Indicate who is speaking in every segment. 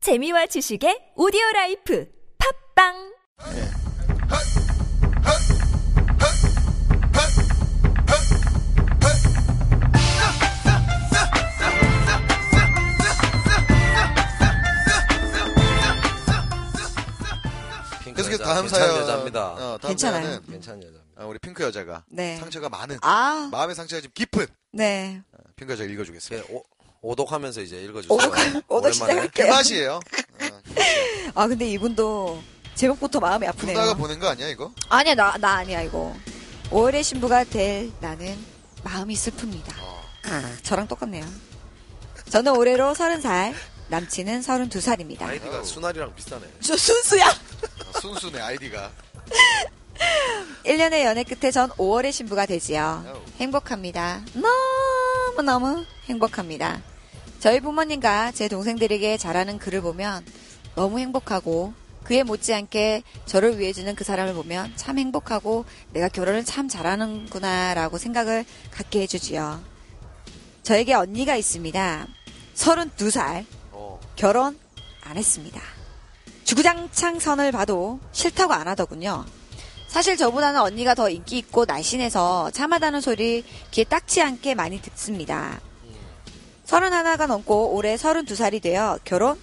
Speaker 1: 재미와 지식의 오디오 라이프 팝빵
Speaker 2: 핑크
Speaker 3: 계속해서
Speaker 2: 여자,
Speaker 3: 다음
Speaker 2: 괜찮은
Speaker 3: 사연.
Speaker 2: 여자입니다.
Speaker 3: 어, 다음
Speaker 4: 괜찮아요.
Speaker 3: 사연은
Speaker 2: 괜찮은 여자입니다.
Speaker 3: 아, 우리 핑크 여자가
Speaker 4: 네.
Speaker 3: 상처가 많은
Speaker 4: 아.
Speaker 3: 마음의 상처가 좀 깊은
Speaker 4: 네.
Speaker 3: 핑크 여자 읽어주겠습니다.
Speaker 2: 이렇게 네, 오, 오독하면서 이제 읽어주세요.
Speaker 4: 오독- 오독
Speaker 2: 오랜만에.
Speaker 3: 그
Speaker 4: 네.
Speaker 3: 맛이에요.
Speaker 4: 아 근데 이분도 제목부터 마음이 아프네요.
Speaker 3: 누나가 보낸 거 아니야 이거?
Speaker 4: 아니야 나 나 아니야 이거. 5월의 신부가 될 나는 마음이 슬픕니다. 아, 저랑 똑같네요. 저는 올해로 30살, 남친은 32살입니다.
Speaker 3: 어.
Speaker 2: 아이디가 순알이랑 비슷하네.
Speaker 4: 저 순수야.
Speaker 3: 아, 순순해 아이디가.
Speaker 4: 1년의 연애 끝에 전 5월의 신부가 되지요. 행복합니다. 너무너무 행복합니다. 저희 부모님과 제 동생들에게 잘하는 그를 보면 너무 행복하고 그에 못지않게 저를 위해 주는 그 사람을 보면 참 행복하고 내가 결혼을 참 잘하는구나라고 생각을 갖게 해주지요. 저에게 언니가 있습니다. 32살.
Speaker 2: 어.
Speaker 4: 결혼 안 했습니다. 주구장창 선을 봐도 싫다고 안 하더군요. 사실 저보다는 언니가 더 인기 있고 날씬해서 참하다는 소리 귀에 딱지 않게 많이 듣습니다. 서른 하나가 넘고 올해 서른두 살이 되어 결혼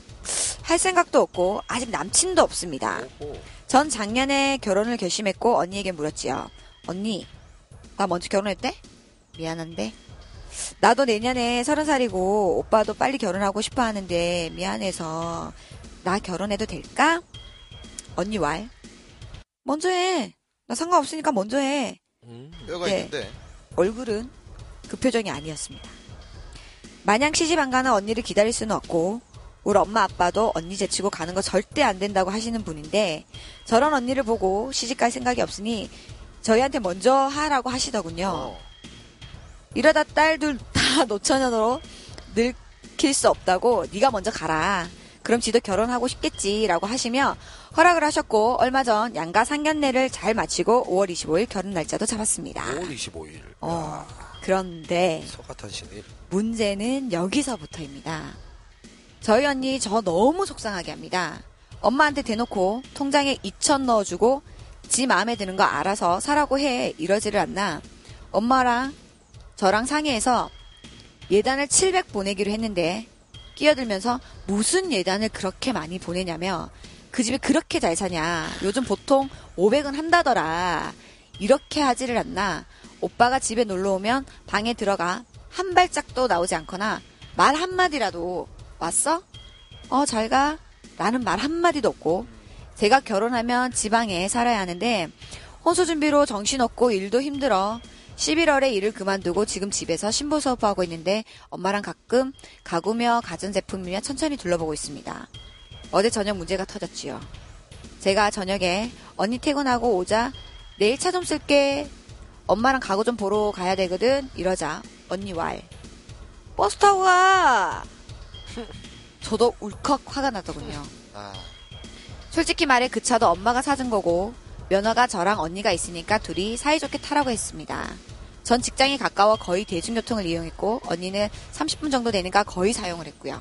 Speaker 4: 할 생각도 없고 아직 남친도 없습니다.
Speaker 2: 오호.
Speaker 4: 전 작년에 결혼을 결심했고 언니에게 물었지요. 언니, 나 먼저 결혼했대? 미안한데. 나도 내년에 서른 살이고 오빠도 빨리 결혼하고 싶어 하는데 미안해서 나 결혼해도 될까? 언니 왈. 먼저 해. 나 상관없으니까 먼저 해.
Speaker 2: 음.
Speaker 3: 뼈가
Speaker 4: 네.
Speaker 3: 있는데
Speaker 4: 얼굴은 그 표정이 아니었습니다. 마냥 시집 안 가는 언니를 기다릴 수는 없고 우리 엄마 아빠도 언니 제치고 가는 거 절대 안 된다고 하시는 분인데 저런 언니를 보고 시집 갈 생각이 없으니 저희한테 먼저 하라고 하시더군요. 이러다 딸들 다 노처녀로 늙힐 수 없다고 네가 먼저 가라. 그럼 지도 결혼하고 싶겠지라고 하시며 허락을 하셨고 얼마 전 양가 상견례를 잘 마치고 5월 25일 결혼 날짜도 잡았습니다.
Speaker 2: 5월 25일.
Speaker 4: 어,
Speaker 2: 어.
Speaker 4: 그런데
Speaker 2: 석가탄신일.
Speaker 4: 문제는 여기서부터입니다. 저희 언니 저 너무 속상하게 합니다. 엄마한테 대놓고 통장에 2천 넣어주고 지 마음에 드는 거 알아서 사라고 해 이러지를 않나 엄마랑 저랑 상의해서 예단을 700 보내기로 했는데 끼어들면서 무슨 예단을 그렇게 많이 보내냐며 그 집이 그렇게 잘 사냐 요즘 보통 500은 한다더라 이렇게 하지를 않나 오빠가 집에 놀러 오면 방에 들어가 한 발짝도 나오지 않거나 말 한마디라도 왔어? 어, 잘 가. 라는 말 한마디도 없고, 제가 결혼하면 지방에 살아야 하는데, 혼수 준비로 정신없고 일도 힘들어. 11월에 일을 그만두고 지금 집에서 신부 수업하고 있는데 엄마랑 가끔 가구며 가전제품이며 천천히 둘러보고 있습니다. 어제 저녁 문제가 터졌지요. 제가 저녁에 언니 퇴근하고 오자 내일 차 좀 쓸게. 엄마랑 가구 좀 보러 가야 되거든. 이러자 언니 왈. 버스 타고 가. 저도 울컥 화가 나더군요.
Speaker 3: 아,
Speaker 4: 솔직히 말해 그 차도 엄마가 사준 거고 면허가 저랑 언니가 있으니까 둘이 사이좋게 타라고 했습니다. 전 직장이 가까워 거의 대중교통을 이용했고 언니는 30분 정도 되니까 거의 사용을 했고요.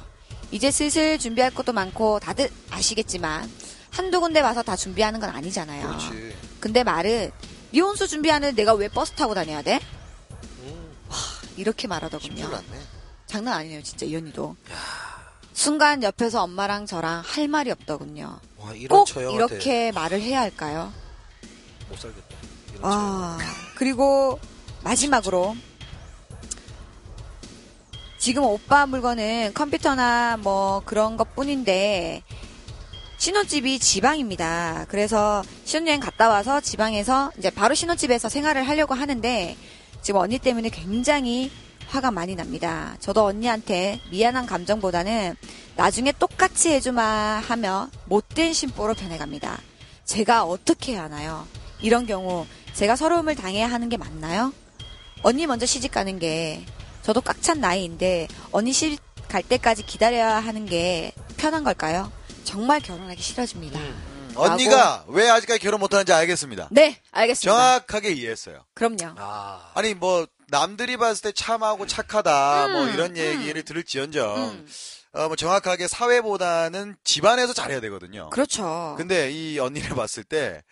Speaker 4: 이제 슬슬 준비할 것도 많고 다들 아시겠지만 한두 군데 와서 다 준비하는 건 아니잖아요.
Speaker 3: 그렇지. 근데
Speaker 4: 근데 말은 네 혼수 준비하는 내가 왜 버스 타고 다녀야 돼? 이렇게 말하더군요.
Speaker 3: 힘줄 났네.
Speaker 4: 장난 아니네요, 진짜 이 언니도. 순간 옆에서 엄마랑 저랑 할 말이 없더군요.
Speaker 2: 와, 어, 이런
Speaker 4: 꼭
Speaker 2: 처형한테
Speaker 4: 이렇게 말을 해야 할까요?
Speaker 2: 못 살겠다. 이런
Speaker 4: 아, 그리고 마지막으로 지금 오빠 물건은 컴퓨터나 뭐 그런 것 뿐인데 신혼집이 지방입니다. 그래서 신혼여행 갔다 와서 지방에서 이제 바로 신혼집에서 생활을 하려고 하는데 지금 언니 때문에 굉장히 화가 많이 납니다. 저도 언니한테 미안한 감정보다는 나중에 똑같이 해주마 하며 못된 심보로 변해갑니다. 제가 어떻게 해야 하나요? 이런 경우 제가 서러움을 당해야 하는 게 맞나요? 언니 먼저 시집 가는 게 저도 꽉 찬 나이인데 언니 시집 갈 때까지 기다려야 하는 게 편한 걸까요? 정말 결혼하기 싫어집니다.
Speaker 3: 음. 언니가 왜 아직까지 결혼 못하는지 알겠습니다.
Speaker 4: 음, 네, 알겠습니다.
Speaker 3: 정확하게 이해했어요.
Speaker 4: 그럼요.
Speaker 2: 아.
Speaker 3: 아니
Speaker 4: 음,
Speaker 3: 뭐 남들이 봤을 때 참하고 착하다 뭐 이런 얘기를 들을지언정 어, 뭐 정확하게 사회보다는 집안에서 잘해야 되거든요.
Speaker 4: 그렇죠.
Speaker 3: 근데 이 언니를 봤을 때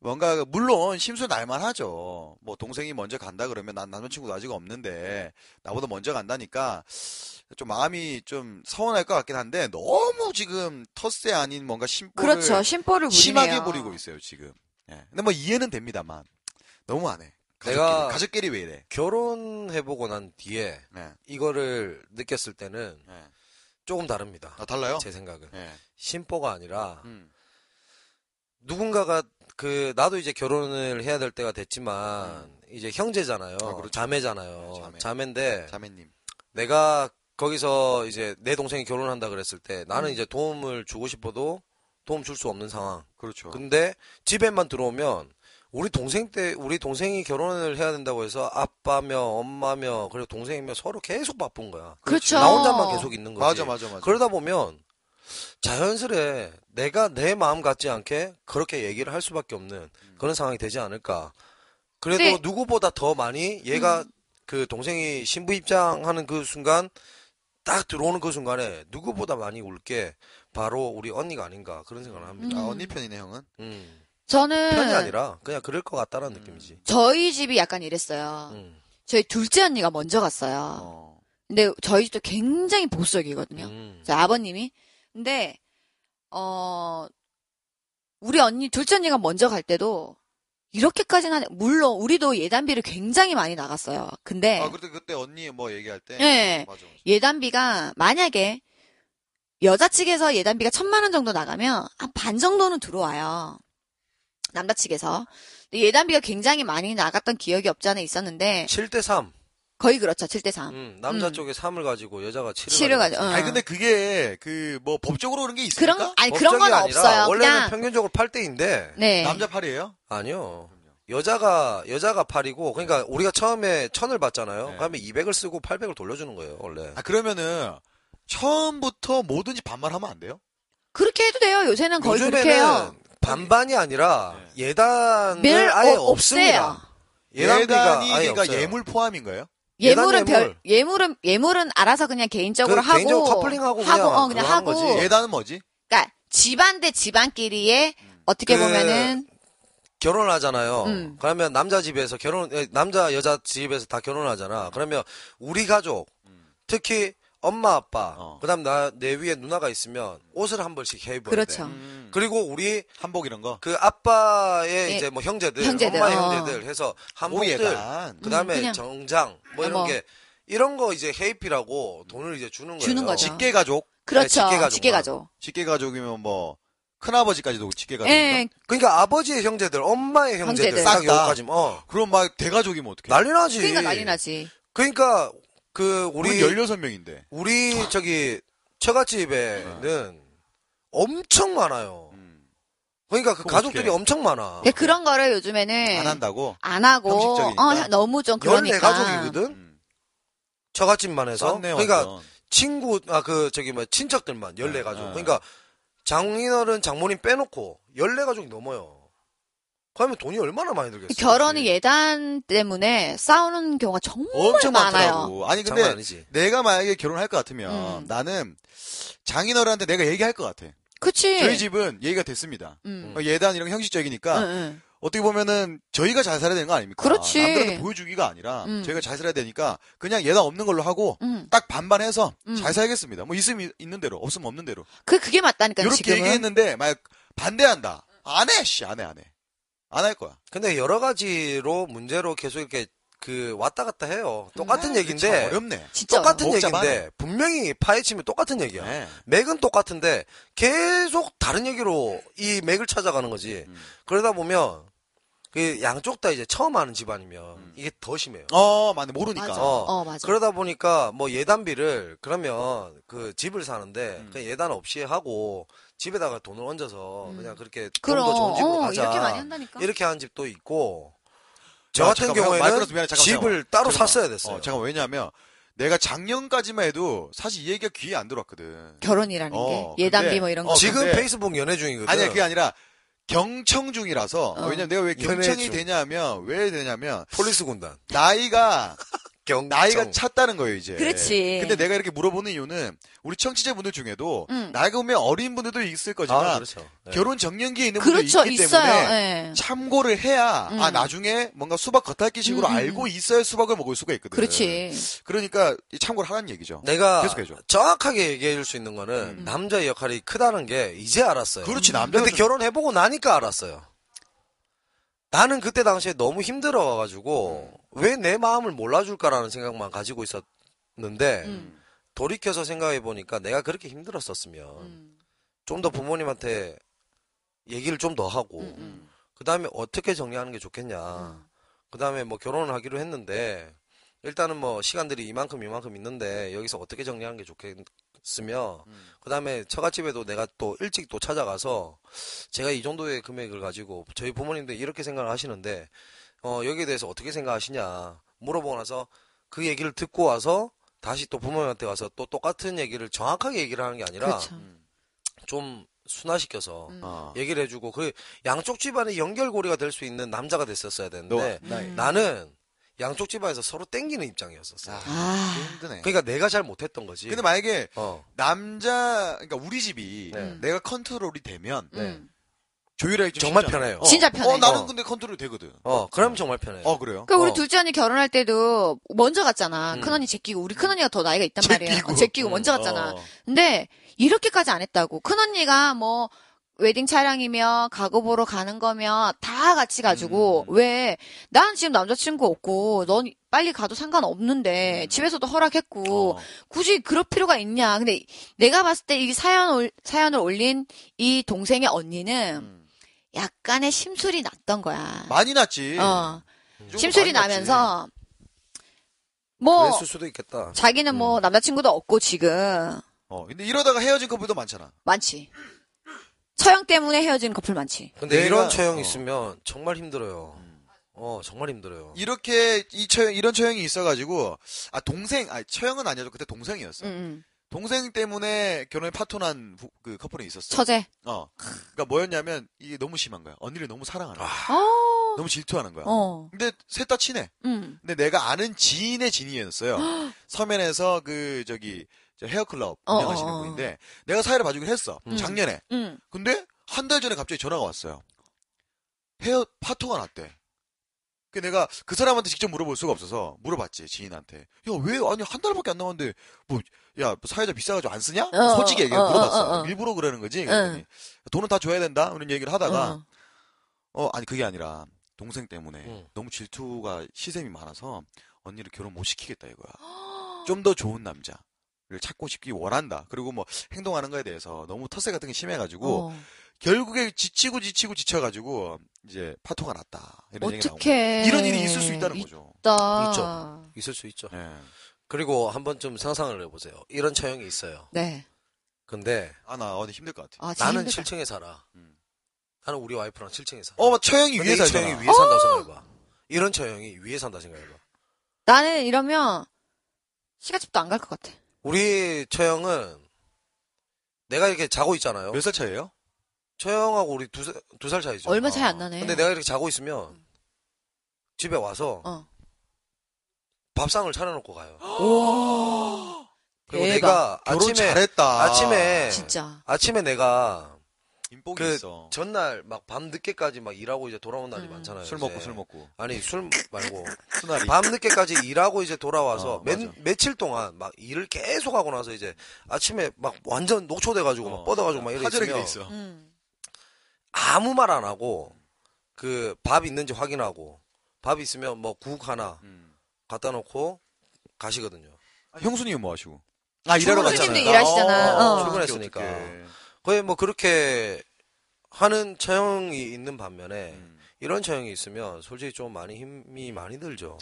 Speaker 3: 뭔가 물론 심술 날만 하죠. 뭐 동생이 먼저 간다 그러면 난 남자친구도 아직 없는데 나보다 먼저 간다니까 좀 마음이 좀 서운할 것 같긴 한데 너무 지금 텃세 아닌 뭔가 심보를
Speaker 4: 그렇죠. 심보를 부리네요.
Speaker 3: 심하게 부리고 있어요 지금. 예. 근데 뭐 이해는 됩니다만 너무 안 해. 가족끼리,
Speaker 2: 내가-
Speaker 3: 가족끼리 왜 이래?
Speaker 2: 결혼해보고 난 뒤에
Speaker 3: 예.
Speaker 2: 이거를 느꼈을 때는
Speaker 3: 예.
Speaker 2: 조금 다릅니다.
Speaker 3: 아 달라요?
Speaker 2: 제 생각은.
Speaker 3: 예.
Speaker 2: 심보가 아니라
Speaker 3: 음.
Speaker 2: 누군가가 그 나도 이제 결혼을 해야 될 때가 됐지만 이제 형제잖아요.
Speaker 3: 음. 그렇죠.
Speaker 2: 자매잖아요.
Speaker 3: 네, 자매.
Speaker 2: 인데
Speaker 3: 자매님.
Speaker 2: 내가 거기서 이제 내 동생이 결혼한다 그랬을 때
Speaker 3: 음.
Speaker 2: 나는 이제 도움을 주고 싶어도 도움 줄 수 없는 상황.
Speaker 3: 그렇죠.
Speaker 2: 근데 집에만 들어오면 우리 동생 때 우리 동생이 결혼을 해야 된다고 해서 아빠며 엄마며 그리고 동생이며 서로 계속 바쁜 거야.
Speaker 4: 그렇죠.
Speaker 2: 나 혼자만 계속 있는 거지.
Speaker 3: 맞아 맞아 맞아.
Speaker 2: 그러다 보면 자연스레 내가 내 마음 같지 않게 그렇게 얘기를 할 수밖에 없는
Speaker 3: 음.
Speaker 2: 그런 상황이 되지 않을까. 그래도
Speaker 4: 네. 음.
Speaker 2: 누구보다 더 많이 얘가 그 동생이 신부 입장하는 그 순간 딱 들어오는 그 순간에 누구보다 많이 울 게 바로 우리 언니가 아닌가 그런 생각을 합니다.
Speaker 3: 아,
Speaker 4: 음.
Speaker 3: 언니 편이네 형은.
Speaker 2: 음.
Speaker 4: 저는
Speaker 2: 편이 아니라 그냥 그럴 것 같다라는
Speaker 3: 음.
Speaker 2: 느낌이지.
Speaker 4: 저희 집이 약간 이랬어요.
Speaker 2: 음.
Speaker 4: 저희 둘째 언니가 먼저 갔어요.
Speaker 3: 어.
Speaker 4: 근데 저희 집도 굉장히 보수적이거든요.
Speaker 2: 음.
Speaker 4: 저 아버님이. 근데, 어, 우리 언니, 둘째 언니가 먼저 갈 때도, 이렇게까지는, 안- 물론, 우리도 예단비를 굉장히 많이 나갔어요. 근데,
Speaker 3: 아 그때 그때 언니 뭐 얘기할 때.
Speaker 4: 예.
Speaker 3: 맞아 맞아.
Speaker 4: 예단비가, 만약에, 여자 측에서 예단비가 천만 원 정도 나가면, 한 반 정도는 들어와요. 남자 측에서. 근데 예단비가 굉장히 많이 나갔던 기억이 없지 않아 있었는데,
Speaker 2: 7대 3.
Speaker 4: 거의 그렇죠. 7대 3.
Speaker 2: 음, 남자
Speaker 4: 음.
Speaker 2: 쪽에 3을 가지고 여자가 7을,
Speaker 4: 칠을 가지- 어.
Speaker 3: 아니 근데 그게 그 뭐 법적으로 그런 게 있습니까?
Speaker 4: 그런, 아니, 그런 건
Speaker 2: 그러니까 법적이 아니라
Speaker 4: 없어요.
Speaker 2: 원래는
Speaker 4: 그냥,
Speaker 2: 평균적으로 8대인데
Speaker 4: 네.
Speaker 3: 남자 팔이에요?
Speaker 2: 아니요.
Speaker 3: 그럼요.
Speaker 2: 여자가 여자가 8이고 그러니까 우리가 처음에 1000을 받잖아요.
Speaker 3: 네.
Speaker 2: 그러면 200을 쓰고 800을 돌려주는 거예요, 원래.
Speaker 3: 아 그러면은 처음부터 뭐든지 반말하면 안 돼요?
Speaker 4: 그렇게 해도 돼요. 요새는 거의 그렇게 아, 해요.
Speaker 2: 요즘에는 반반이 아니라
Speaker 3: 네.
Speaker 2: 예단을
Speaker 4: 매일
Speaker 2: 아예
Speaker 4: 어-
Speaker 2: 없습니다. 예단비가
Speaker 3: 예단이
Speaker 2: 아예
Speaker 3: 그러니까
Speaker 2: 없어요.
Speaker 3: 예물 포함인 거예요?
Speaker 4: 예물은
Speaker 2: 예단 예물.
Speaker 4: 별 예물은 예물은 알아서 그냥 개인적으로
Speaker 2: 그
Speaker 4: 하고
Speaker 2: 개인적으로 커플링하고 그냥
Speaker 4: 어,
Speaker 2: 그거
Speaker 4: 그냥
Speaker 2: 하는
Speaker 4: 하고
Speaker 2: 거지. 예-
Speaker 3: 예단은 뭐지?
Speaker 4: 그러니까 집안 대 집안끼리의 어떻게
Speaker 2: 그-
Speaker 4: 보면은
Speaker 2: 결혼을 하잖아요.
Speaker 4: 음.
Speaker 2: 그러면 남자 집에서 결혼 에, 남자 여자 집에서 다 결혼을
Speaker 3: 음.
Speaker 2: 하잖아. 그러면 우리 가족 특히 엄마 아빠
Speaker 3: 어.
Speaker 2: 그다음 나 내 위에 누나가 있으면 옷을 한 벌씩 해 입어야
Speaker 4: 그렇죠.
Speaker 2: 돼.
Speaker 3: 음.
Speaker 2: 그리고 우리
Speaker 3: 한복 이런 거.
Speaker 2: 그 아빠의
Speaker 4: 예.
Speaker 2: 이제 뭐 형제들,
Speaker 4: 형제들,
Speaker 2: 엄마의
Speaker 4: 어.
Speaker 2: 형제들 해서 한복들,
Speaker 3: 오예단.
Speaker 2: 그 다음에
Speaker 4: 음, 그냥.
Speaker 2: 정장 뭐 이런
Speaker 4: 어머.
Speaker 2: 게 이런 거 이제 헤이피라고 돈을 이제 주는 거예요.
Speaker 4: 주는 거죠.
Speaker 3: 직계 가족.
Speaker 4: 그렇죠.
Speaker 2: 네, 직계가족만.
Speaker 4: 직계 가족.
Speaker 3: 직계 가족이면 뭐 큰아버지까지도 직계 가족.
Speaker 4: 예.
Speaker 2: 그러니까 아버지의 형제들, 엄마의 형제들
Speaker 4: 형제들.
Speaker 2: 딱
Speaker 3: 싹 다.
Speaker 2: 여기까지 어
Speaker 3: 그럼 막 대가족이면 어떻게?
Speaker 2: 난리 나지.
Speaker 4: 그러니까 난리 나지.
Speaker 2: 그러니까 그 우리
Speaker 3: 우리 16명인데.
Speaker 2: 우리 저기 처갓집에는 엄청 많아요. 그러니까 그
Speaker 3: 그럼
Speaker 2: 가족들이
Speaker 3: 어떡해.
Speaker 2: 엄청 많아.
Speaker 4: 근데 그런 거를
Speaker 3: 안
Speaker 4: 요즘에는
Speaker 3: 한다고?
Speaker 4: 안 하고
Speaker 3: 형식적이니까.
Speaker 4: 어, 너무 좀
Speaker 2: 연내
Speaker 4: 그러니까
Speaker 2: 가족이거든.
Speaker 3: 음.
Speaker 2: 처갓집만 해서
Speaker 3: 쌌네,
Speaker 2: 그러니까
Speaker 3: 완전.
Speaker 2: 친구 아 그 저기 뭐 친척들만 열네 가족
Speaker 3: 네.
Speaker 2: 그러니까 장인어른 장모님 빼놓고 열네 가족이 넘어요 그러면 돈이 얼마나 많이 들겠어요
Speaker 4: 결혼이 예단 때문에 싸우는 경우가 정말
Speaker 3: 엄청
Speaker 4: 많아요.
Speaker 3: 많더라고. 아니
Speaker 2: 장난
Speaker 3: 근데
Speaker 2: 아니지
Speaker 3: 내가 만약에 결혼할 것 같으면
Speaker 4: 음.
Speaker 3: 나는 장인어른한테 내가 얘기할 것 같아.
Speaker 4: 그치?
Speaker 3: 저희 집은 얘기가 됐습니다.
Speaker 4: 음.
Speaker 3: 어, 예단 이런 거 형식적이니까
Speaker 4: 응,
Speaker 2: 그러니까
Speaker 4: 응.
Speaker 3: 어떻게 보면은 저희가 잘 살아야 되는 거 아닙니까?
Speaker 4: 네. 그렇지.
Speaker 3: 남들한테 보여주기가 아니라
Speaker 4: 음.
Speaker 3: 저희가 잘 살아야 되니까 그냥 예단 없는 걸로 하고
Speaker 4: 응.
Speaker 3: 딱 반반해서
Speaker 4: 음.
Speaker 3: 잘 살겠습니다. 뭐 있으면 있는 대로 없으면 없는 대로
Speaker 4: 그 그게 맞다니까요,
Speaker 3: 이렇게
Speaker 4: 지금은.
Speaker 3: 얘기했는데 만약 반대한다. 안 해, 씨, 안 해, 안 해, 안 할 거야.
Speaker 2: 근데 여러 가지로 문제로 계속 이렇게 그 왔다 갔다 해요
Speaker 4: 아,
Speaker 2: 똑같은
Speaker 3: 참
Speaker 2: 얘기인데
Speaker 3: 어렵네.
Speaker 4: 진짜
Speaker 2: 똑같은
Speaker 3: 복잡하네.
Speaker 2: 얘기인데 분명히 파헤치면 똑같은 얘기야
Speaker 3: 네.
Speaker 2: 맥은 똑같은데 계속 다른 얘기로 이 맥을 찾아가는 거지
Speaker 3: 음.
Speaker 2: 그러다 보면 그 양쪽 다 이제 처음 아는 집안이면 이게 더 심해요
Speaker 3: 어, 맞네, 모르니까.
Speaker 4: 맞아.
Speaker 2: 어.
Speaker 4: 어, 맞아.
Speaker 2: 그러다 보니까 뭐 예단비를 그러면 그 집을 사는데
Speaker 3: 음.
Speaker 2: 그냥 예단 없이 하고 집에다가 돈을 얹어서 그냥 그렇게 좀 더 좋은 집으로
Speaker 4: 음. 어,
Speaker 2: 가자.
Speaker 4: 이렇게 많이 한다니까.
Speaker 2: 이렇게 하는 집도 있고 저
Speaker 3: 야,
Speaker 2: 같은
Speaker 3: 잠깐만, 말
Speaker 2: 경우에는
Speaker 3: 끊어서 미안해. 잠깐만,
Speaker 2: 집을
Speaker 3: 잠깐만.
Speaker 2: 따로
Speaker 3: 잠깐만.
Speaker 2: 샀어야 됐어요.
Speaker 3: 어, 잠깐 왜냐하면 내가 작년까지만 해도 사실 이 얘기가 귀에 안 들어왔거든.
Speaker 4: 결혼이라는
Speaker 3: 어,
Speaker 4: 게 예단비
Speaker 3: 근데-
Speaker 4: 뭐 이런
Speaker 3: 어,
Speaker 4: 거.
Speaker 2: 지금
Speaker 3: 근데-
Speaker 2: 페이스북 연애 중이거든.
Speaker 3: 아니야 그게 아니라 경청 중이라서
Speaker 4: 어.
Speaker 3: 왜냐면 내가 왜 경청이
Speaker 2: 연애 중.
Speaker 3: 되냐면 왜 되냐면
Speaker 2: 폴리스 군단.
Speaker 3: 나이가
Speaker 2: 경
Speaker 3: 나이가 찼다는 거예요, 이제.
Speaker 4: 그렇지.
Speaker 3: 근데 내가 이렇게 물어보는 이유는 우리 청취자분들 중에도
Speaker 4: 음.
Speaker 3: 나이가 보면 어린 분들도 있을 거지만
Speaker 2: 아, 그렇죠. 네.
Speaker 3: 결혼 정년기에 있는
Speaker 4: 그렇죠,
Speaker 3: 분들이 있기
Speaker 4: 있어요.
Speaker 3: 때문에
Speaker 4: 예.
Speaker 3: 참고를 해야
Speaker 4: 음.
Speaker 3: 아 나중에 뭔가 수박 겉핥기식으로
Speaker 4: 음, 음,
Speaker 3: 알고 있어야 수박을 먹을 수가 있거든.
Speaker 4: 그렇지.
Speaker 3: 그러니까 이 참고를 하라는 얘기죠.
Speaker 2: 내가
Speaker 3: 계속해줘.
Speaker 2: 정확하게 얘기해 줄 수 있는 거는
Speaker 3: 음.
Speaker 2: 남자의 역할이 크다는 게 이제 알았어요.
Speaker 3: 그렇지, 남자가
Speaker 2: 근데
Speaker 3: 좀-
Speaker 2: 결혼해보고 나니까 알았어요. 나는 그때 당시에 너무 힘들어가지고 왜 내 마음을 몰라줄까라는 생각만 가지고 있었는데
Speaker 4: 음.
Speaker 2: 돌이켜서 생각해 보니까 내가 그렇게 힘들었었으면
Speaker 4: 음.
Speaker 2: 좀 더 부모님한테 얘기를 좀 더 하고
Speaker 4: 음, 음.
Speaker 2: 그 다음에 어떻게 정리하는 게 좋겠냐. 그 다음에 뭐 결혼을 하기로
Speaker 4: 네.
Speaker 2: 했는데, 일단은 뭐 시간들이 이만큼 이만큼 있는데, 여기서 어떻게 정리하는 게 좋겠으며, 그 다음에 처갓집에도 내가 또 일찍 또 찾아가서, 제가 이 정도의 금액을 가지고, 저희 부모님들 이렇게 생각을 하시는데, 어, 여기에 대해서 어떻게 생각하시냐, 물어보고 나서 그 얘기를 듣고 와서, 다시 또 부모님한테 가서 또 똑같은 얘기를 정확하게 얘기를 하는 게 아니라,
Speaker 4: 그렇죠.
Speaker 3: 음.
Speaker 2: 좀 순화시켜서,
Speaker 4: 음.
Speaker 3: 어.
Speaker 2: 얘기를 해주고 그 양쪽 집안의 연결고리가 될 수 있는 남자가 음. 됐었어야
Speaker 3: 너
Speaker 2: 되는데
Speaker 3: 나이
Speaker 2: 나는 양쪽 집안에서 서로 땡기는 입장이었었어.
Speaker 3: 아,
Speaker 4: 아.
Speaker 3: 힘드네.
Speaker 2: 그러니까 내가 잘 못했던 거지.
Speaker 3: 근데 만약에
Speaker 2: 어.
Speaker 3: 남자 그러니까 우리 집이
Speaker 2: 네.
Speaker 3: 내가 컨트롤이 되면
Speaker 4: 음.
Speaker 3: 조율하기 좀
Speaker 2: 정말
Speaker 3: 쉽잖아.
Speaker 2: 편해요.
Speaker 3: 어.
Speaker 4: 진짜 편해.
Speaker 3: 어, 나는
Speaker 2: 어.
Speaker 3: 근데 컨트롤 되거든.
Speaker 2: 어, 그럼 정말 편해.
Speaker 3: 어 그래요.
Speaker 4: 그러니까 우리
Speaker 2: 어.
Speaker 4: 둘째 언니 결혼할 때도 먼저 갔잖아.
Speaker 2: 음.
Speaker 4: 큰언니 제끼고 우리 큰언니가 더 나이가 있단 말이야.
Speaker 3: 제끼고. 음.
Speaker 4: 어, 제끼고 먼저 갔잖아.
Speaker 3: 어.
Speaker 4: 근데 이렇게까지 안 했다고. 큰언니가 뭐 웨딩 차량이며 가구 보러 가는 거며 다 같이 가지고
Speaker 3: 음.
Speaker 4: 왜 난 지금 남자친구 없고 넌 빨리 가도 상관없는데 집에서도 허락했고
Speaker 3: 음. 어.
Speaker 4: 굳이 그럴 필요가 있냐. 근데 내가 봤을 때 이 사연 올, 사연을 올린 이 동생의 언니는
Speaker 3: 음.
Speaker 4: 약간의 심술이 났던 거야.
Speaker 3: 많이 났지.
Speaker 4: 어.
Speaker 3: 이 정도 많이
Speaker 4: 심술이
Speaker 3: 났지.
Speaker 4: 나면서 뭐
Speaker 2: 그랬을 수도 있겠다.
Speaker 4: 자기는
Speaker 3: 음.
Speaker 4: 뭐 남자친구도 없고 지금
Speaker 3: 어, 근데 이러다가 헤어진 커플도 많잖아.
Speaker 4: 많지. 처형 때문에 헤어진 커플 많지.
Speaker 2: 근데
Speaker 3: 내가-
Speaker 2: 이런 처형
Speaker 3: 어. 음.
Speaker 2: 있으면 정말 힘들어요. 어, 정말 힘들어요.
Speaker 3: 이렇게 이 처형 이런 처형이 있어가지고 아 동생 아 처형은 아니어도 그때 동생이었어.
Speaker 4: 응,
Speaker 3: 동생 때문에 결혼에 파토난 부- 그 커플이 있었어.
Speaker 4: 처제.
Speaker 3: 어. 그러니까 뭐였냐면 이게 너무 심한 거야. 언니를 너무 사랑하는 거야.
Speaker 2: 아,
Speaker 4: 어.
Speaker 3: 너무 질투하는 거야.
Speaker 4: 어.
Speaker 3: 근데 셋 다 친해.
Speaker 4: 음.
Speaker 3: 근데 내가 아는 지인의 지인이었어요. 서면에서 그 저기 저 헤어클럽
Speaker 4: 어,
Speaker 3: 운영하시는
Speaker 4: 어, 어.
Speaker 3: 분인데 내가 사회를 봐주기로 했어.
Speaker 2: 음.
Speaker 3: 작년에.
Speaker 4: 음.
Speaker 3: 근데 한 달 전에 갑자기 전화가 왔어요. 헤어 파토가 났대. 그 내가 그 사람한테 직접 물어볼 수가 없어서 물어봤지 지인한테. 야 왜 아니 한 달밖에 안 남았는데 뭐야 사회자 비싸가지고 안 쓰냐?
Speaker 4: 어,
Speaker 3: 솔직히 얘기
Speaker 4: 어, 어,
Speaker 3: 물어봤어.
Speaker 4: 어, 어.
Speaker 3: 일부러 그러는 거지. 그랬더니 돈은 다 줘야 된다. 이런 얘기를 하다가
Speaker 4: 어.
Speaker 3: 어, 아니, 그게 아니라, 동생 때문에
Speaker 2: 응.
Speaker 3: 너무 질투가 시샘이 많아서 언니를 결혼 못 시키겠다 이거야. 좀 더 좋은 남자를 찾고 싶기 원한다. 그리고 뭐 행동하는 거에 대해서 너무 텃세 같은 게 심해가지고,
Speaker 4: 어.
Speaker 3: 결국에 지치고 지치고 지쳐가지고, 이제 파토가 났다. 이런 얘기가 나온 거야.
Speaker 4: 어떻게
Speaker 3: 이런 일이 있을 수 있다는 거죠.
Speaker 4: 있다.
Speaker 2: 있죠. 있을 수 있죠.
Speaker 3: 예.
Speaker 2: 그리고 한 번쯤 상상을 해보세요. 이런 처형이 있어요.
Speaker 4: 네.
Speaker 2: 근데
Speaker 3: 아, 나 오늘 힘들 것 같아.
Speaker 4: 아, 진짜
Speaker 2: 나는
Speaker 4: 힘들다.
Speaker 2: 7층에 살아.
Speaker 3: 음.
Speaker 2: 나는 우리 와이프랑 7층에 살아.
Speaker 3: 어, 막 처형이
Speaker 2: 근데
Speaker 3: 위에
Speaker 2: 이 처형이
Speaker 3: 살잖아. 어!
Speaker 2: 위에 산다고 생각해봐. 이런 처형이 위에 산다 생각해봐.
Speaker 4: 나는 이러면 시가집도 안 갈 것 같아.
Speaker 2: 우리 처형은 내가 이렇게 자고 있잖아요.
Speaker 3: 몇 살 차이에요?
Speaker 2: 처형하고 우리 두 살 두 살 차이죠.
Speaker 4: 얼마 차이 안
Speaker 3: 어.
Speaker 4: 나네.
Speaker 2: 아,
Speaker 4: 음.
Speaker 2: 근데 내가 이렇게 자고 있으면 집에 와서
Speaker 4: 어.
Speaker 2: 밥상을 차려놓고 가요.
Speaker 4: 와.
Speaker 2: 그리고
Speaker 4: 대박.
Speaker 2: 내가
Speaker 3: 결혼
Speaker 2: 아침에
Speaker 3: 잘했다.
Speaker 2: 아침에
Speaker 4: 진짜.
Speaker 2: 아침에 내가
Speaker 3: 인복이
Speaker 2: 그
Speaker 3: 있어.
Speaker 2: 전날 막 밤 늦게까지 막 일하고 이제 돌아온 날이
Speaker 4: 음.
Speaker 2: 많잖아요.
Speaker 3: 술
Speaker 2: 이제.
Speaker 3: 먹고 술 먹고.
Speaker 2: 아니 술 말고
Speaker 3: 수나리.
Speaker 2: 밤 늦게까지 일하고 이제 돌아와서
Speaker 3: 어,
Speaker 2: 몇-
Speaker 3: 맞아.
Speaker 2: 며칠 동안 막 일을 계속 하고 나서 이제 아침에 막 완전 녹초돼가지고 막 뻗어가지고 막 이래
Speaker 3: 파절하게 아, 돼
Speaker 2: 있으면
Speaker 3: 있어.
Speaker 4: 음.
Speaker 2: 아무 말 안 하고 그 밥 있는지 확인하고 밥 있으면 뭐 국 하나
Speaker 3: 음.
Speaker 2: 갖다 놓고 가시거든요.
Speaker 3: 아, 형수님은 뭐 하시고? 아,
Speaker 2: 일하러
Speaker 4: 형수님도
Speaker 2: 갔잖아요.
Speaker 4: 일하시잖아.
Speaker 2: 어,
Speaker 4: 어.
Speaker 2: 출근했으니까. 거의 뭐 그렇게 하는 처형이 있는 반면에
Speaker 3: 음.
Speaker 2: 이런 처형이 있으면 솔직히 좀 많이 힘이 많이 들죠.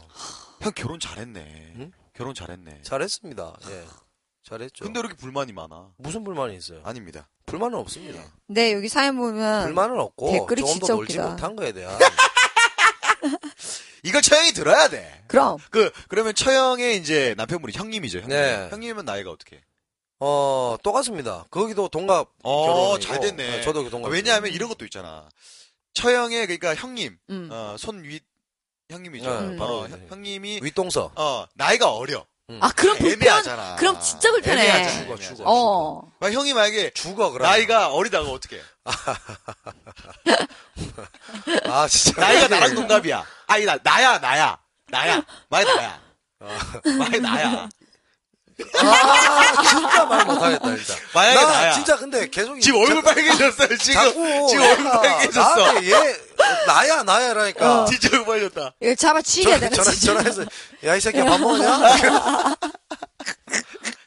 Speaker 3: 형 결혼 잘했네.
Speaker 2: 응?
Speaker 3: 결혼 잘했네.
Speaker 2: 잘했습니다. 예. 잘했죠.
Speaker 3: 근데 왜 이렇게 불만이 많아?
Speaker 2: 무슨 불만이 있어요?
Speaker 3: 아닙니다.
Speaker 2: 불만은 없습니다.
Speaker 4: 네, 여기 사연 보면
Speaker 2: 불만은 없고
Speaker 4: 댓글이
Speaker 2: 조금
Speaker 4: 진짜
Speaker 2: 더 놀지
Speaker 4: 웃기다.
Speaker 2: 못한 거에 대한
Speaker 3: 이걸 처형이 들어야 돼.
Speaker 4: 그럼
Speaker 3: 그 그러면 처형의 이제 남편분이 형님이죠. 형님.
Speaker 2: 네.
Speaker 3: 형님은 나이가 어떻게?
Speaker 2: 어 똑같습니다. 거기도 동갑
Speaker 3: 어,
Speaker 2: 결혼이고.
Speaker 3: 잘 됐네.
Speaker 2: 네, 저도 동갑.
Speaker 3: 왜냐하면 이런 것도 있잖아. 처형의 그러니까 형님,
Speaker 4: 음.
Speaker 3: 어, 손윗 형님이죠.
Speaker 2: 네,
Speaker 4: 바로
Speaker 3: 어,
Speaker 2: 이제.
Speaker 3: 형- 형님이
Speaker 2: 윗동서.
Speaker 3: 어 나이가 어려.
Speaker 2: 음.
Speaker 4: 아, 그럼 불편.
Speaker 3: 애매하잖아.
Speaker 4: 그럼 진짜 불편해.
Speaker 3: 애매하잖아,
Speaker 2: 죽어,
Speaker 3: 애매하잖아.
Speaker 2: 죽어.
Speaker 4: 어.
Speaker 3: 막 형이 만약에
Speaker 2: 죽어 그럼.
Speaker 3: 나이가 어리다고 어떻게?
Speaker 2: 아 진짜.
Speaker 3: 나이가 나랑 동갑이야. 아니 나 나야 나야 나야 많이 나야 어. 많이 나야.
Speaker 2: 아, 진짜 말 못하겠다 진짜.
Speaker 3: 만약에
Speaker 2: 나
Speaker 3: 나야.
Speaker 2: 진짜 근데 계속
Speaker 3: 지금 얼굴 빨개졌어요. 지금
Speaker 2: 자꾸
Speaker 3: 지금 얼굴
Speaker 2: 내가
Speaker 3: 빨개졌어.
Speaker 2: 나한테 얘 나야 나야라니까.
Speaker 4: 어.
Speaker 3: 진짜 얼굴 빨개졌다.
Speaker 4: 이거 잡아치게
Speaker 2: 전화,
Speaker 4: 되는
Speaker 2: 전화, 전화해서 야 이 새끼야 밥 먹냐?
Speaker 3: 나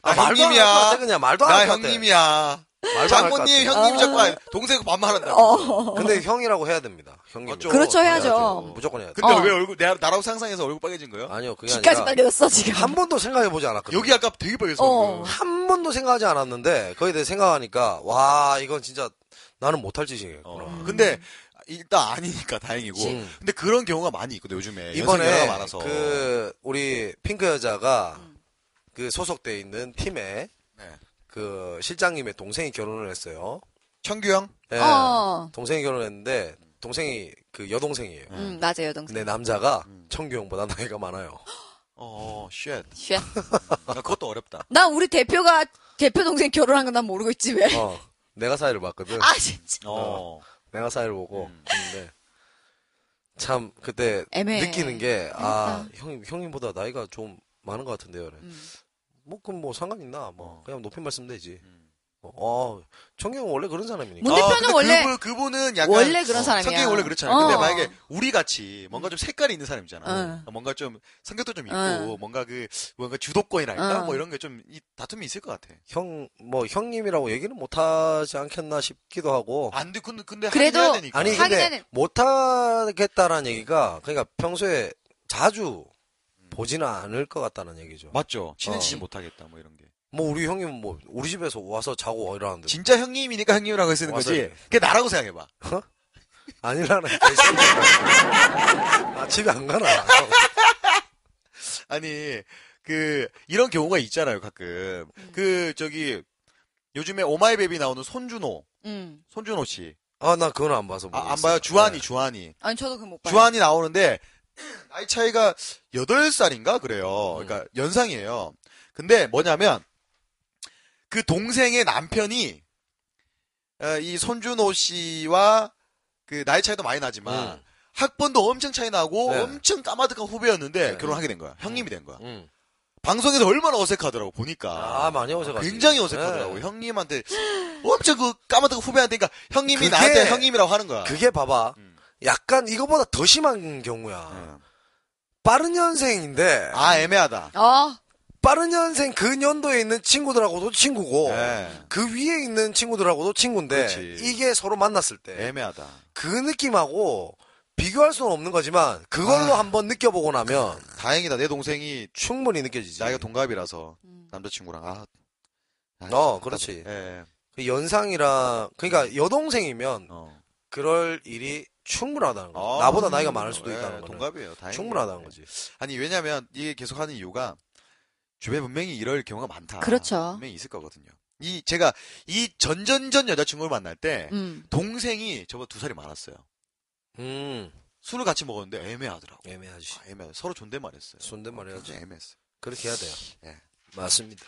Speaker 2: 아, 말도 안할
Speaker 3: 형님이야.
Speaker 2: 것 같아, 그냥 말도 안
Speaker 3: 나
Speaker 2: 할것 같아.
Speaker 3: 형님이야.
Speaker 2: 말도 안할것
Speaker 3: 장모님
Speaker 2: 같아.
Speaker 3: 형님 자꾸 안- 동생 반말한다.
Speaker 4: 어.
Speaker 2: 근데 형이라고 해야 됩니다. 형님.
Speaker 3: 어쩌-
Speaker 4: 그렇죠, 해야죠.
Speaker 2: 무조건 해야 돼.
Speaker 3: 근데
Speaker 4: 어.
Speaker 3: 왜 얼굴 내 나라고 상상해서 얼굴 빨개진 거예요?
Speaker 2: 아니요 그게
Speaker 4: 귀까지
Speaker 2: 아니라
Speaker 4: 빨개졌어 지금.
Speaker 2: 한 번도 생각해 보지 않았거든요.
Speaker 3: 여기 아까 되게 빨개졌어.
Speaker 4: 어.
Speaker 3: 얼굴.
Speaker 2: 한 번도 생각하지 않았는데 거기에 대해 생각하니까 와 이건 진짜 나는 못할
Speaker 3: 어.
Speaker 2: 짓이겠구나.
Speaker 3: 근데 일단 아니니까 다행이고.
Speaker 2: 음.
Speaker 3: 근데 그런 경우가 많이 있거든 요즘에
Speaker 2: 이번에
Speaker 3: 네, 연습자가 많아서.
Speaker 2: 그 우리 핑크 여자가
Speaker 4: 음.
Speaker 2: 그 소속돼 있는 팀에
Speaker 3: 네.
Speaker 2: 그 실장님의 동생이 결혼을 했어요.
Speaker 3: 청규 형
Speaker 2: 예.
Speaker 4: 어.
Speaker 2: 동생이 결혼했는데 동생이 그 여동생이에요.
Speaker 4: 음 맞아요 동생.
Speaker 2: 근데 남자가
Speaker 3: 음.
Speaker 2: 청규 형보다 나이가 많아요.
Speaker 3: 어, 쉣.
Speaker 4: 쉣.
Speaker 3: 나 아, 그것도 어렵다.
Speaker 4: 난 우리 대표가 대표 동생 결혼한 건 난 모르고 있지 왜?
Speaker 2: 어, 내가 사회를 봤거든.
Speaker 4: 아 진짜.
Speaker 3: 어.
Speaker 2: 내가 사회를 보고
Speaker 3: 음.
Speaker 2: 근데 참 그때
Speaker 4: 애매해.
Speaker 2: 느끼는 게 아 형님 형님보다 나이가 좀 많은 것 같은데요. 그래.
Speaker 4: 음.
Speaker 2: 뭐 그럼 뭐 상관 있나? 뭐
Speaker 3: 어.
Speaker 2: 그냥 높임 말씀되지.
Speaker 3: 음.
Speaker 2: 어, 청경 은 원래 그런 사람이니까.
Speaker 4: 문 대표는
Speaker 3: 아, 근데
Speaker 4: 원래-
Speaker 3: 그분, 그분은 약간
Speaker 4: 원래 그런 사람이야.
Speaker 3: 성격이 원래 그렇잖아요.
Speaker 4: 어.
Speaker 3: 근데 만약에 우리 같이 뭔가 좀 색깔이 있는 사람이잖아.
Speaker 4: 어.
Speaker 3: 뭔가 좀 성격도 좀 있고
Speaker 4: 어.
Speaker 3: 뭔가 그 뭔가 주도권이랄까
Speaker 4: 어.
Speaker 3: 뭐 이런 게 좀 다툼이 있을 것 같아.
Speaker 2: 형, 뭐, 형님이라고 얘기는 못하지 않겠나 싶기도 하고.
Speaker 3: 안 돼. 근데 어. 근데
Speaker 4: 그래도
Speaker 3: 하긴 해야 되니까.
Speaker 2: 아니, 근데
Speaker 4: 하긴 하는-
Speaker 2: 못하겠다라는 얘기가, 그러니까 평소에 자주
Speaker 3: 음.
Speaker 2: 보지는 않을 것 같다는 얘기죠.
Speaker 3: 맞죠. 친해지지
Speaker 2: 어.
Speaker 3: 못하겠다 뭐 이런 게.
Speaker 2: 뭐, 우리 형님 은 뭐, 우리 집에서 와서 자고 이러는데.
Speaker 3: 진짜 형님이니까 형님이라고 쓰는
Speaker 2: 와서
Speaker 3: 거지.
Speaker 2: 이렇게.
Speaker 3: 그게 나라고 생각해 봐.
Speaker 2: 아니라는 개소리야. 아, 집에 안 가나. 어,
Speaker 3: 아니 그 이런 경우가 있잖아요 가끔
Speaker 4: 음.
Speaker 3: 그 저기 요즘에 오마이베비 나오는 손준호
Speaker 4: 음.
Speaker 3: 손준호 씨 안
Speaker 2: 아, 나 그건 안 봐서 모르겠어.
Speaker 3: 봐요 주한이
Speaker 2: 네.
Speaker 3: 주한이
Speaker 4: 아니 저도 그 못 봐요.
Speaker 3: 주한이 나오는데 나이 차이가 8살인가 그래요
Speaker 2: 음.
Speaker 3: 그러니까 연상이에요 근데 뭐냐면 그 동생의 남편이 어, 이 손준호 씨와 그 나이 차이도 많이 나지만
Speaker 2: 음.
Speaker 3: 학번도 엄청 차이 나고
Speaker 2: 네.
Speaker 3: 엄청 까마득한 후배였는데
Speaker 2: 네.
Speaker 3: 결혼하게 된 거야 형님이 된 거야
Speaker 2: 응.
Speaker 3: 방송에서 얼마나 어색하더라고 보니까
Speaker 2: 아, 많이 어색하지.
Speaker 3: 굉장히 어색하더라고
Speaker 2: 네.
Speaker 3: 형님한테 엄청 그 까마득한 후배한테 그러니까 형님이
Speaker 2: 그게-
Speaker 3: 나한테 형님이라고 하는 거야
Speaker 2: 그게 봐봐.
Speaker 3: 음.
Speaker 2: 약간 이거보다 더 심한 경우야.
Speaker 3: 음.
Speaker 2: 빠른 년생인데
Speaker 3: 아 애매하다
Speaker 4: 어.
Speaker 2: 빠른 년생 그 년도에 있는 친구들하고도 친구고
Speaker 3: 예.
Speaker 2: 그 위에 있는 친구들하고도 친구인데
Speaker 3: 그렇지. 네.
Speaker 2: 이게 서로 만났을 때 그
Speaker 3: 애매하다
Speaker 2: 느낌하고 비교할 수는 없는 거지만 그걸로
Speaker 3: 아.
Speaker 2: 한번 느껴보고 나면
Speaker 3: 다행이다 내 동생이
Speaker 2: 충분히 느껴지지.
Speaker 3: 나이가 동갑이라서
Speaker 4: 음.
Speaker 3: 남자친구랑 아, 아,
Speaker 2: 어, 그렇지.
Speaker 3: 예.
Speaker 2: 그 연상이랑 그러니까 여동생이면
Speaker 3: 어.
Speaker 2: 그럴 일이 충분하다는 거야.
Speaker 3: 아,
Speaker 2: 나보다
Speaker 3: 음.
Speaker 2: 나이가 많을 수도
Speaker 3: 예,
Speaker 2: 있다는 거는
Speaker 3: 동갑이에요 다행
Speaker 2: 충분하다는 거지.
Speaker 3: 아니 왜냐면 이게 계속하는 이유가 주변에 분명히 이럴 경우가 많다
Speaker 4: 그렇죠.
Speaker 3: 분명히 있을 거거든요 이 제가 이 전전전 여자친구를 만날 때
Speaker 4: 음.
Speaker 3: 동생이 저보다 두 살이 많았어요
Speaker 2: 음,
Speaker 3: 술을 같이 먹었는데 애매하더라고.
Speaker 2: 애매하지.
Speaker 3: 아, 애매. 서로 존댓말했어요. 예.
Speaker 2: 존댓말 해야지.
Speaker 3: 애매했어.
Speaker 2: 그렇게 해야 돼요.
Speaker 3: 예.
Speaker 2: 맞습니다.